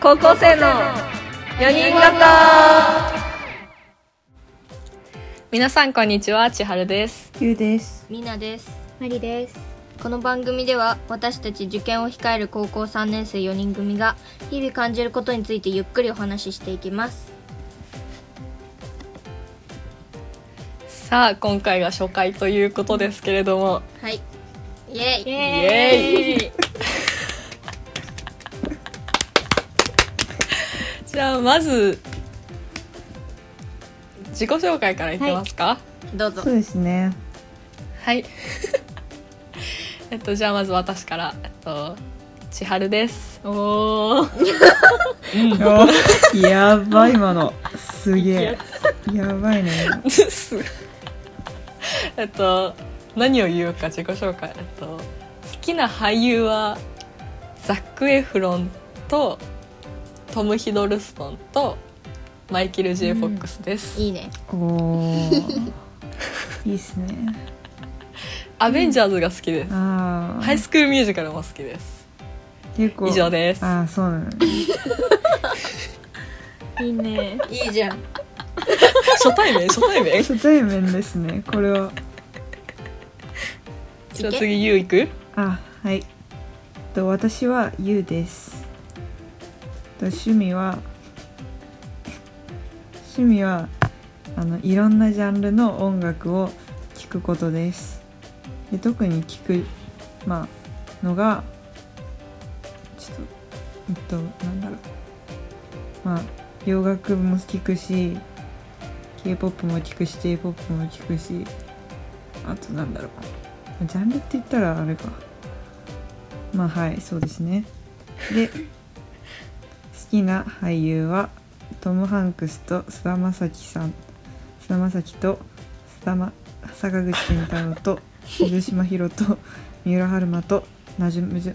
高校生の4人型皆さんこんにちは千春ですゆうです。みなですマリです。この番組では私たち受験を控える高校3年生4人組が日々感じることについてゆっくりお話ししていきますさあ今回が初回ということですけれどもはいイイエイエーイ じゃあまず自己紹介からいきますかどうぞそうですね。はい、 えっとじゃあまず私からえっと千春ですおーやばい今の。すげえ。やばいね。ですえっと何を言うか自己紹介えっと好きな俳優はザック・エフロンとトム・ヒドルストンとマイケル・ J ・フォックスです、いいねおおー。いいっすね。アベンジャーズが好きです、ああ。ハイスクールミュージカルも好きです結構。以上ですああ、そうなの、ね。いいね。いいじゃん初対 面初対面初対面ですね。これは。じゃあ次ゆういくあ、はい。えっと、私はゆうです。えっと、趣味は。趣味は。あの、いろんなジャンルの音楽を聴くことです。で、特に聴く。まあ。のが。ちょっと。えっと、なんだろう。まあ。洋楽も聴くし。K-POP も聴くし J-POP も聴くしあとなんだろうジャンルって言ったらあれかまあはいそうですねで好きな俳優はトム・ハンクスと菅田将暉さん菅田将暉と菅田、ま、坂口健太郎と水島ひろと三浦春馬となじむじ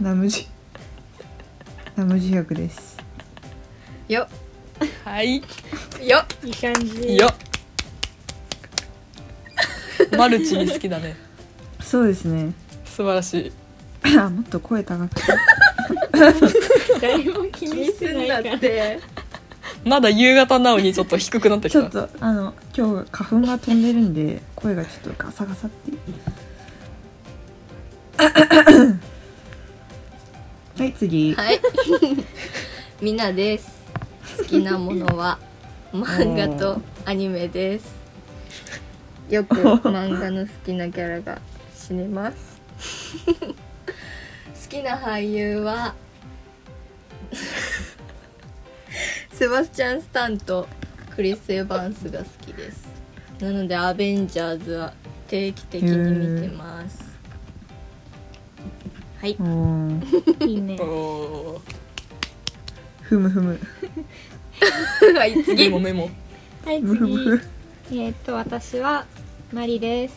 ナムジナムジ役ですよはいよいい感じ。よマルチに好きだねそうですね素晴らしい あもっと声高くて誰も気にしてないから。てまだ夕方なのにちょっと低くなってきちょたっとあの今日花粉が飛んでるんで声がちょっとガサガ サってはい次、はいみなです好きなもの は漫画とアニメですよく漫画の好きなキャラが死にます 好きな俳優 はセバスチャン・スタンとクリス・エヴァンスが好きですなので「アベンジャーズ」は定期的に見てますはいおーいいね。おーふむふむ はい次メ モメモはい、むふむ次。ふえーっと、私はマリです。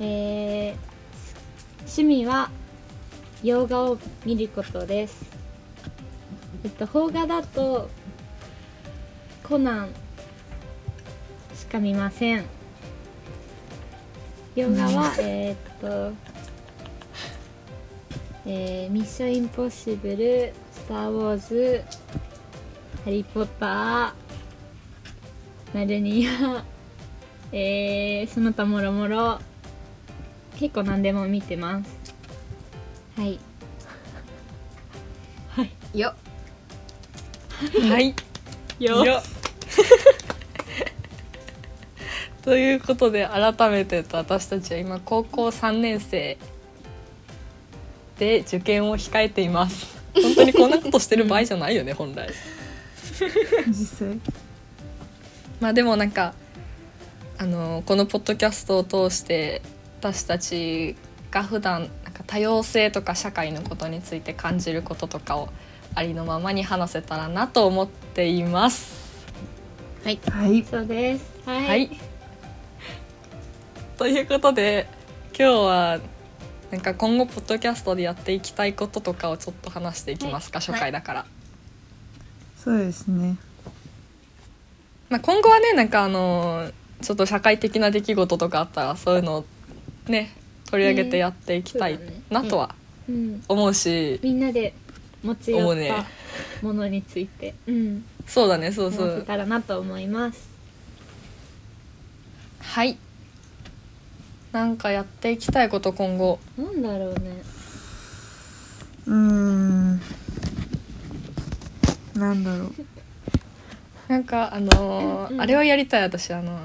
えー、趣味は洋画を見ることです。えっと、邦画だとコナンしか見ません。洋画はえーっと、えーミッションインポッシブル、スターウォーズ、ハリーポッター、ナルニア、 えー、その他もろもろ、結構何でも見てます。はい。よっはいよよ ということで改めて私たちは今高校3年生で受験を控えています本当にこんなことしてる場合じゃないよね本来実際まあでもなんかあのこのポッドキャストを通して私たちが普段なんか多様性とか社会のことについて感じることとかをありのままに話せたらなと思っています。はいはいそうです。はい。はい、ということで今日はなんか今後ポッドキャストでやっていきたいこととかをちょっと話していきますか、初回だから。そうですねまあ、今後はねなんかあのーちょっと社会的な出来事とかあったらそういうのをね取り上げてやっていきたいうんそうだねなとはうん、思うしみんなで持ち寄思うっねたものについて、うん、そうだねそう話そせうたらなと思います。はいなんかやっていきたいこと今後なんだろうね。うーんなんだろうなんかあのーうんあれをやりたい私あの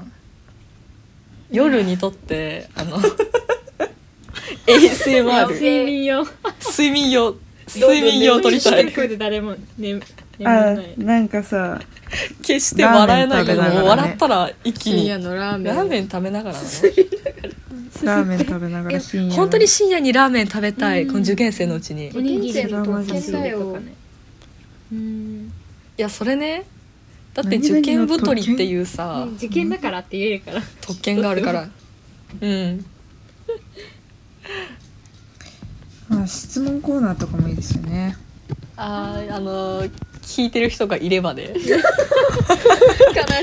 夜にとってあの ASMR 睡眠用。睡眠用睡眠用取りたい低声で誰も眠眠らあない。なんかさ決して笑えないけど、ラーメン食べながらねもう笑ったら一気深に夜のラーメンラーメン食べながらねラーメン食べながら深夜の本当に深夜にラーメン食べたい、うんこの受験生のうちに、おいにぎりとおかにぎりだよね。うん。やそれねだって何受々の験太りっていうさね受験だからって言えるから。特権があるからうんまあ質問コーナーとかもいいですよねあーあのー聞いてる人がいればね悲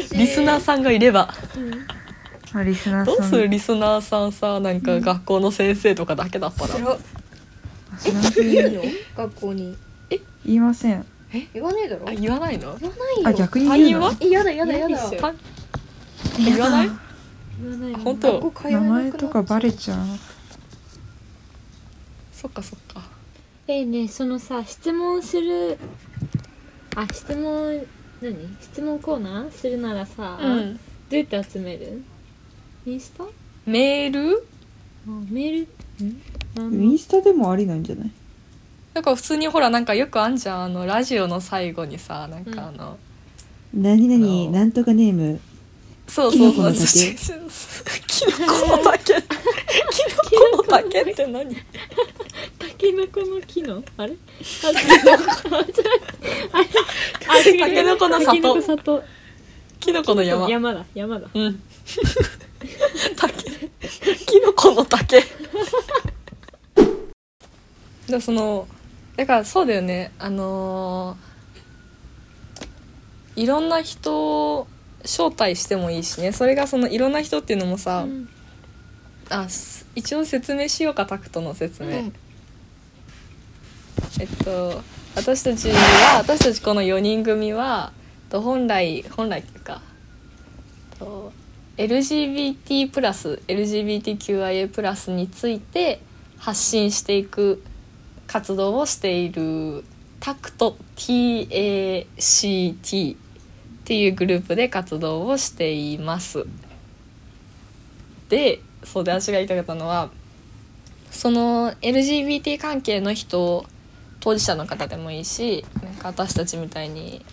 しいリスナーさんがいればまあリスナーさどうんするリスナーさんさなんか学校の先生とかだけだったら、辛っ知らんえ言うの 学校に言いません言わねえだろあ言言わないのわないよあ逆に言う他人のはえやだやだやだ嫌でしょパン言わない言わないあよね本学当校通えな名くなっ前とかバレちゃうそっかそっかえーねそのさ質問するあ質問何質問コーナーするならさ、どうやって集めるインスタあメールメールんなんインスタでもありなんじゃないなんか普通にほらなんかよくあんじゃんあのラジオの最後にさなんかあの、何あの々なんとかネームそうそうキノコそうの竹キノコの竹キノコの竹って何タケノコの木のあれあ違うあれあ違うタケノコの里タケノコ里キノコの山山だ山だうん竹キノコの竹だそのだからそうだよねあのーいろんな人を招待してもいいしねそれがそのいろんな人っていうのもさ、うんあす一応説明しようかタクトの説明、うんえっと私たちは私たちこの4人組はと本来本来っていうかと LGBT プラス LGBTQIA プラスについて発信していく活動をしているタクト TACT っていうグループで活動をしています。でそうで私が言いたかったのはその LGBT 関係の人当事者の方でもいいしなんか私たちみたいに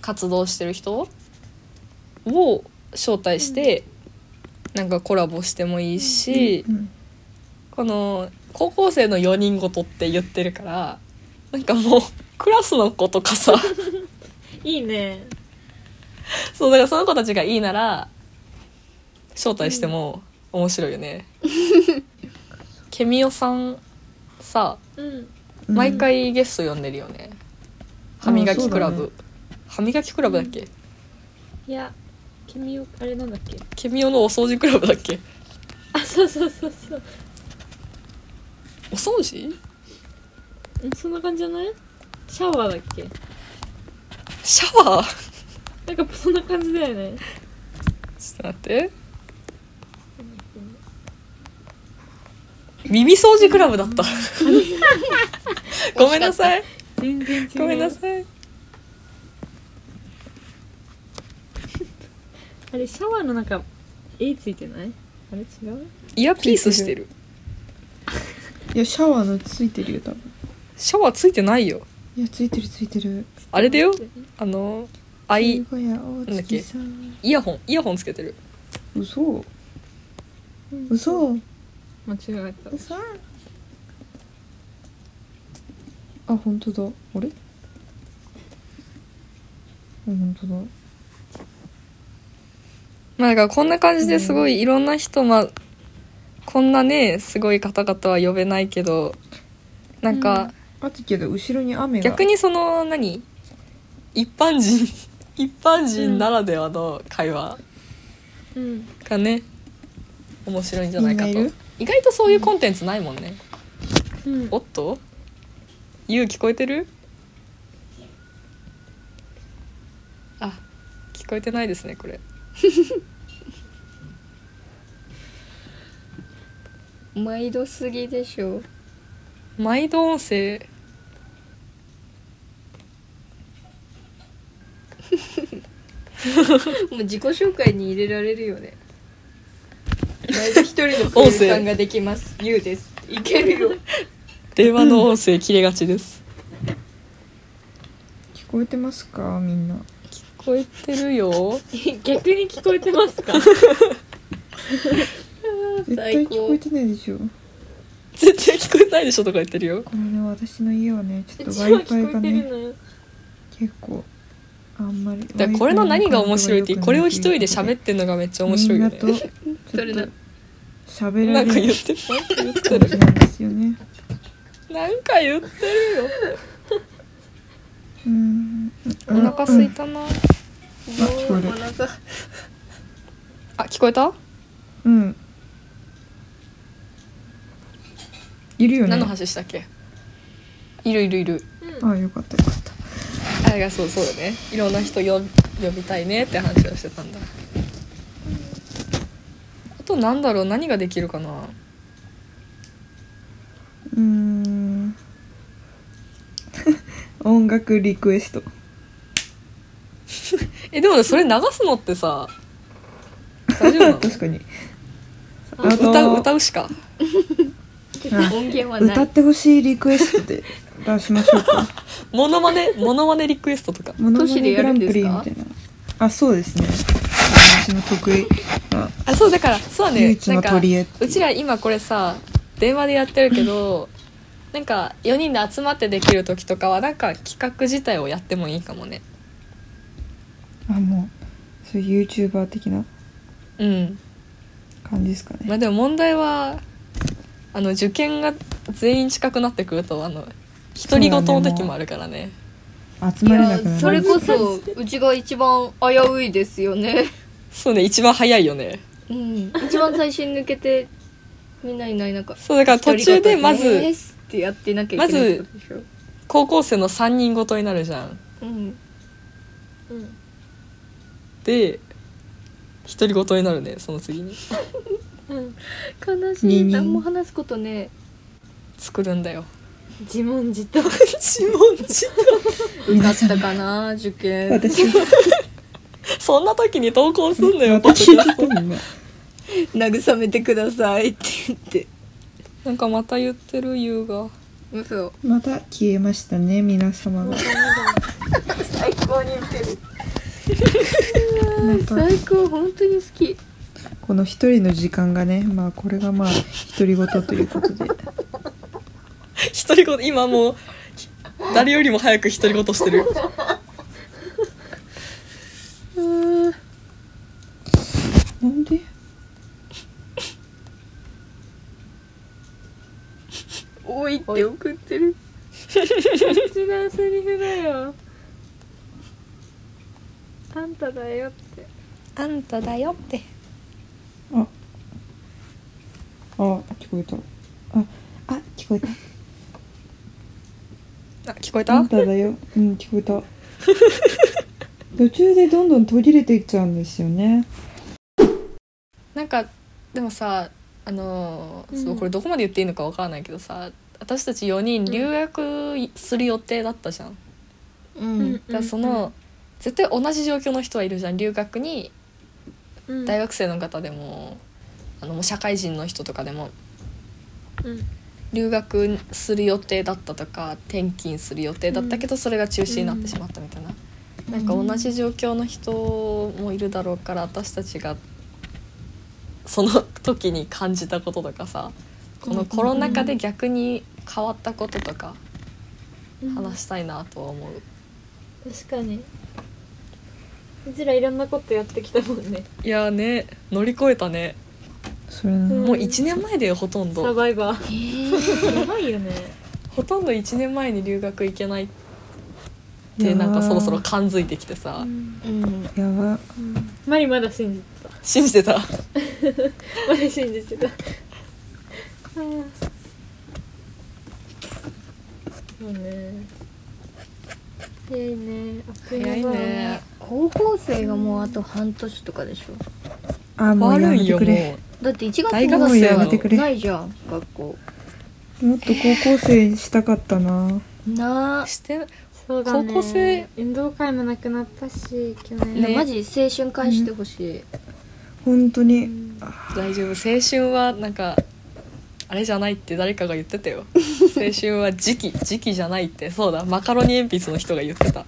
活動してる人を招待して、なんかコラボしてもいいし、うんこの高校生の4人ごとって言ってるからなんかもうクラスの子とか さいいねそうだからその子たちがいいなら招待しても面白いよ ね。ケミオさんさうんうん毎回ゲスト呼んでるよね、歯磨きクラブ、あそう歯磨きクラブだっけ、いや君をあれなんだっけケミオのお掃除クラブだっけあそうそうそうそうお掃除うんそんな感じじゃないシャワーだっけシャワーなんかそんな感じだよねちょっと待って耳掃除クラブだったごめんなさい全然違うごめんなさいあれシャワーの中 A ついてないあれ違うイヤピースしてるいやシャワーのついてるよ多分シャワーついてないよいやついてるついてるあれだよあのアイ小屋大月さんイヤホンイヤホンつけてる嘘嘘間違えた嘘あ本当だあれあ本当だまあだからこんな感じですごいいろんな人、まあこんなねすごい方々は呼べないけどなんかあったけど後ろに雨が逆にその何一般人一般人ならではの会話うんがね面白いんじゃないかみんないとる意外とそういうコンテンツないもんね、うんおっとゆう聞こえてるあ聞こえてないですねこれ毎度すぎでしょ毎度音声もう自己紹介に入れられるよね毎度一人の空間ができますゆうですいけるよ電話の音声切れがちです、聞こえてますかみんな聞こえてるよ逆に聞こえてま すか絶対聞こえてないでしょ絶対聞こえないでしょとか言ってるよこれね私の家はねちうょっとち w は i 聞 f i こがえてねるのよ結構あんまりだからこれの何が面白いって Wi-Fi の環境が良くなこれを一人で喋ってるのがめっちゃ面白いよねみんなとそれちょっなと喋ならんかれ言るってるなんか言感ってじるなんですよねなんか言ってるようんお腹空いたなもうお腹あ聞こえたうんいるよね何の話したっけいるいるいるあよかったよかったあれがそうそうだねいろんな人よ呼びたいねって話をしてたんだあとなんだろう何ができるかな うーん音楽リクエストえでもそれ流すのってさ大丈夫な の確かにあ歌うと歌うしかあ音源はな歌いってほしいリクエスト で出しましょうかモノマネモノマネリクエストとかモノマ市でネやグるラんンでプすリみかたいなあそうですね私の得意なあそうだからそうだ唯ね一なんのか取り柄うちら今これさ電話でやってるけどなんか4人で集まってできる時とかはなんか企画自体をやってもいいかもねあもうそういう YouTuber 的なうん感じですかねまあでも問題はあの受験が全員近くなってくるとあの独り言の時もあるからね集まれなくなるそれこそうちが一番危ういですよねそうね一番早いよねうん一番最初に抜けてみんないない中そうだから途中でま一人がずすってやってなきゃいけないってことでしょ高校生の3人ごとになるじゃんうんうんで独り言になるねその次にうん悲二しい人何も話すことね作るんだよ自問自 答自問自受かったかな受験私答そんな時に投稿すんのよポッドキ私ャスのト人もね慰めてくださいって言って なんかまた言ってる優が嘘また消えましたね皆様が最高に受けるなんか最高本当に好きこの一人の時間がねまあこれがまあ独り言ということで独り言今もう誰よりも早く独り言してるなんで多いって送ってる違うセリフだよあんただよってあんただよってああ聞こえたああ、聞こえた。あ聞こえあたんただようん聞こ えた途中でどんどん途切れていっちゃうんですよねなんかでもさあのーそううんこれどこまで言っていいのかわからないけどさ私たち4人留学する予定だったじゃん、ううんだからその、絶対同じ状況の人はいるじゃん留学にうん大学生の方でもあのもう社会人の人とかでもうん留学する予定だったとか転勤する予定だったけどそれが中止になってしまったみたいな、なんか同じ状況の人もいるだろうから私たちがその時に感じたこととかさこのコロナ禍で逆に変わったこととかうん話したいなとは思う。確かにうちらいろんなことやってきたもんねいやーね乗り越えたねそれなもう1年前だよほとんどサバイバ ーやばいよねほとんど1年前に留学行けないっいやてーなんかそろそろ感づいてきてさ、うんやばマリまだ信じて信じてたたまだ信じてたそうね早いねあっという間早いだね高校生がもうあと半年とかでしょあもう悪やめいてよくもれうだって1月大学生やめてくれないじゃん学校もっと高校生したかったななあ、してそうだね高校生運動会もなくなったし去い年やねマジ青春返してほしい、本当うにん大丈夫青春はなんかあれじゃないって誰かが言ってたよ青春は時期 時期じゃないってそうだマカロニ鉛筆の人が言ってた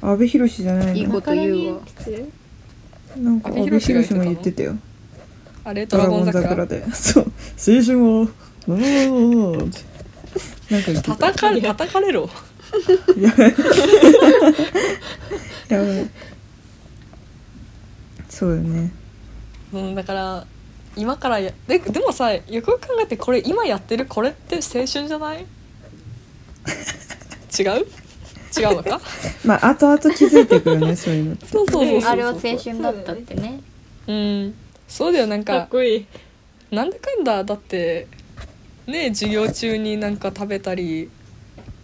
阿部寛じゃないいいのこと言うわマカロニ鉛筆なんか阿部寛も言ってたよあれドラドラゴゴンン桜桜で そう青春 をうーんってなんか言ってた叩かれ叩かれろやばいそうよねうん、だから今からやででもさよくよく考えてこれ今やってるこれって青春じゃ ない違う違うのかまあ後々気づいてくる ねそういうのそうそうそうそうそうあれは青春だったってねうんそうだよなんかっかこいいなんだかんだだってね授業中になんか食べたり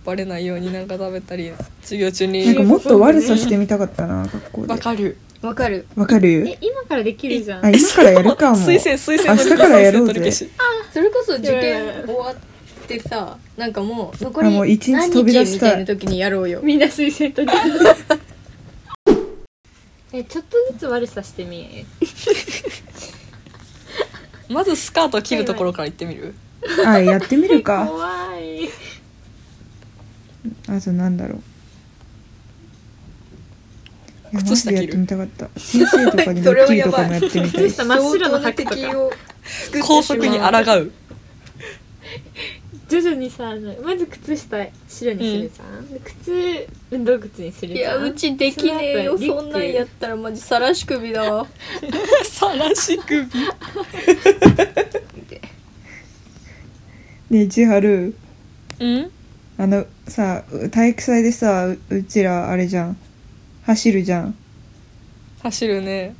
バレないようになんか食べたり授業中なんかにもっと悪さしてみたかったな学校でわかるわかるわかるえ今からできるじゃんあ今からやるかも 推薦推薦明日からやろうぜ取り消しそれこそ受いやい験やいや終わってさなんかもう残あもうり一日何飛び出日みしたいたいな時にやろうよみんな推薦と えちょっとずつ悪さしてみえまずスカート切るところから行ってみるあやってみるか怖いあとなんだろういや靴下マジでやってみたかった先生と かにもっきりとかもやってみたい靴下真っ白相当の白なと敵かを作ってしまう高速に抗 う徐々にさあのまず靴下白にするじゃん、で靴運動靴にするいじゃやんうちできねえよその後そんなんやったらマジさらし首だわさらし首ねえ千春うんあのさう体育祭でさううちらあれじゃん走るじゃん走るね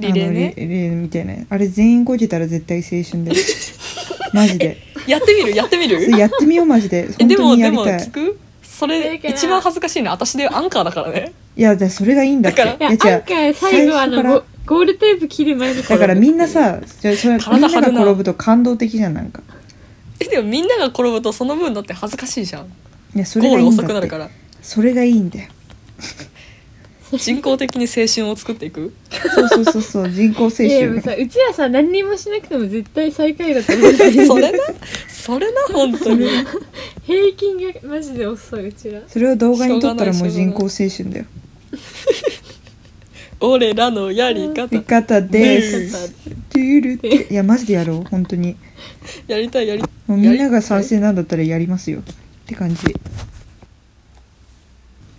リレーねあのリリレーみたいなあれ全員こけたら絶対青春だよマ ジでやってみるやってみるそれやってみようマジでえ本で当もにやでりもた聞いくそれだから一番恥ずかしいのは私でアンカーだからねいやだそれがいいんだってだいやいや違アうンカー最後あ最初かのらゴゴールテープ切る前にだからみんなさじゃあそれみん体な張がるな転ぶと感動的じゃんなんかえでもみんなが転ぶとその分だって恥ずかしいじゃんいやそれゴがーいルいん遅だくなっるてからそれがいいんだよ人工的に青春を作ってい くそうそうそう そう人工い精やでも神さうちらさ何にもしなくても絶対最下位だと思うそれなそれな本当 に平均がマジで遅いうちらそれを動画に撮ったらもう人工精神だよ俺らのやり方味方ですちょっとトゥルっていやマジでやろう本当にやりたいやりもうみんなが賛成なんだったらやりますよって感じ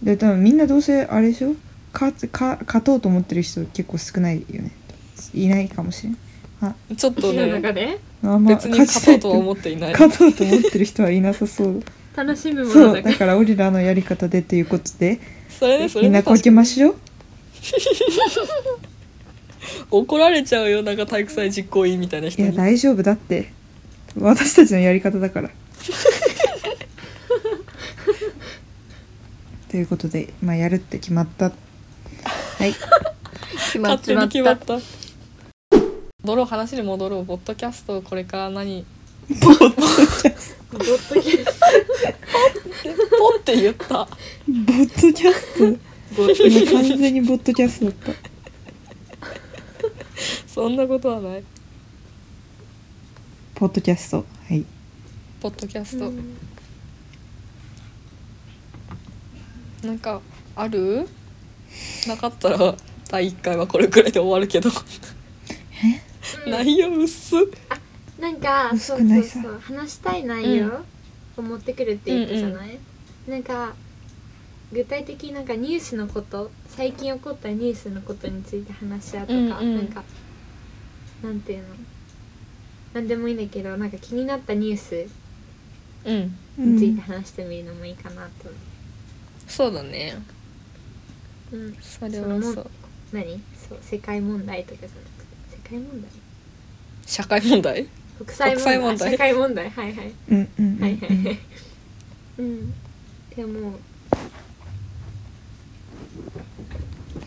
で多分みんなどうせあれでしょ勝つか勝とうと思ってる人結構少ないよねいないかもしれんちょっとうちらねの中であんま別に勝とうとは思っっていない勝とうと思ってる人はいなさそう楽しむものそうだかだらから俺らのやり方でということでそれねそみれんねなこけましょう怒られちゃうよなんか体育祭実行委員みたいない人やに大丈夫だって私たちのやり方 だからということで、まあ、やるって決まったはい 決まっ勝手ちまにっ決まったた戻ろう話に戻ろうボッドキャストこれから何ボットキャスポって言ったボットキャストボット今完全にボットキャストだったそんなことはないポッドキャストはいポッドキャスト、なんかあるなかったら第1回はこれくらいで終わるけど 内容薄っなんか薄そうくなそいうさそう話したい内容を持ってくるって言ったじゃない、なんか具体的になんかニュースのこと最近起こったニュースのことについて話し合うとうか、んうんなんかなんていうのなんでもいいんだけどなんか気になったニュースうんについて話してみるのもいいかなと、そうだねうんそれはそそのう何そう世界問題とかじゃなくて世界問題社会問題国際問題国際問題あ社会問題はいはいうんうんうんはいはい。うん。でも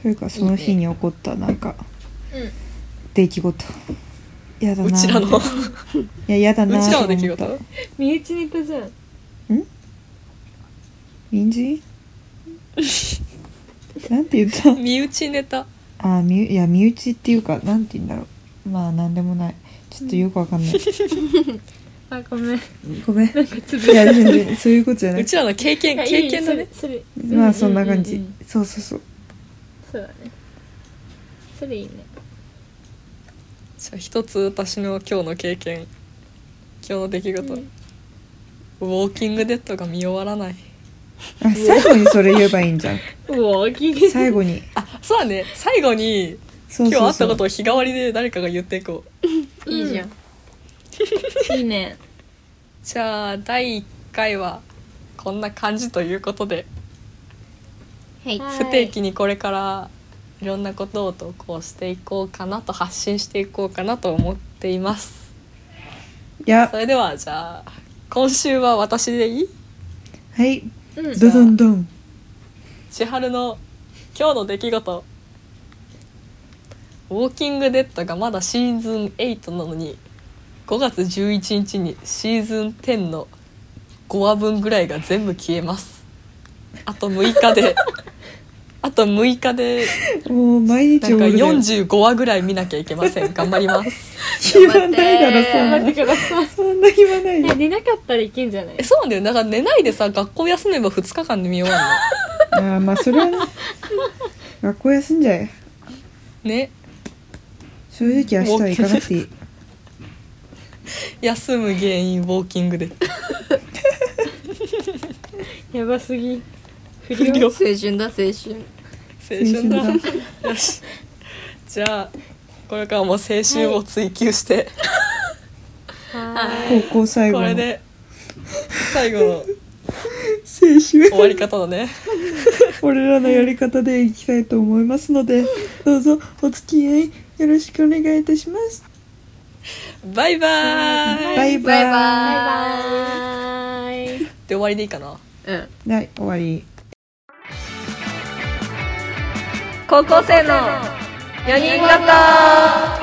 というかその日に起こったなんかうん出来事やだなうちらのういややだなちらの出来と思った事身内ネタじゃん民事 なんて言った身内ネタあーみいや身内っていうかなんて言うんだろうまあなんでもないちょっとよくわかんない、あごめん ごめんいや全然そういうことじゃなういちらの経験いや経験だねいいそれそれまあそんな感じ、うううんそうそうそうそうだねそれいいねじゃあ一つ私の今日の経験今日の出来事、ウォーキングデッドが見終わらないあ最後にそれ言えばいいんじゃんうわギリ最後にあそうだね最後にそう今日そあうったそこうとを日替わりで誰かが言っていこういいじゃんいいねじゃあ第1回はこんな感じということで、はいはい不定期にこれからいろんなことを投稿していこうかなと発信していこうかなと思っていますいやそれではじゃあ今週は私でいいはいうんどどんどん千春の今日の出来事「ウォーキングデッド」がまだシーズン8なのに5月11日にシーズン10の5話分ぐらいが全部消えますあと6日であと6日でもう毎日なんおかるで45話ぐらい見なきゃいけません頑張ります言わないだろそん待なってくださいそんな言わないえよ寝なかったらいけんじゃないえそうなんだよだから寝ないでさ学校休めば2日間で見終わあーまあそれは ね学校休んじゃえるのね正直明日は行かなくていい休む原因ウォーキングデッドやばすぎ不不良良青春だ青春青春青春 だよしじゃあこれからも青春を追求して、は高校最後これの青で最後の春終わり方だね俺らのやり方でいきたいと思いますのでどうぞお付き合いよろしくお願いいたしますバイバーイバイバイバイバイーいで終わりでいいかなうんはい終わり高校生の4人型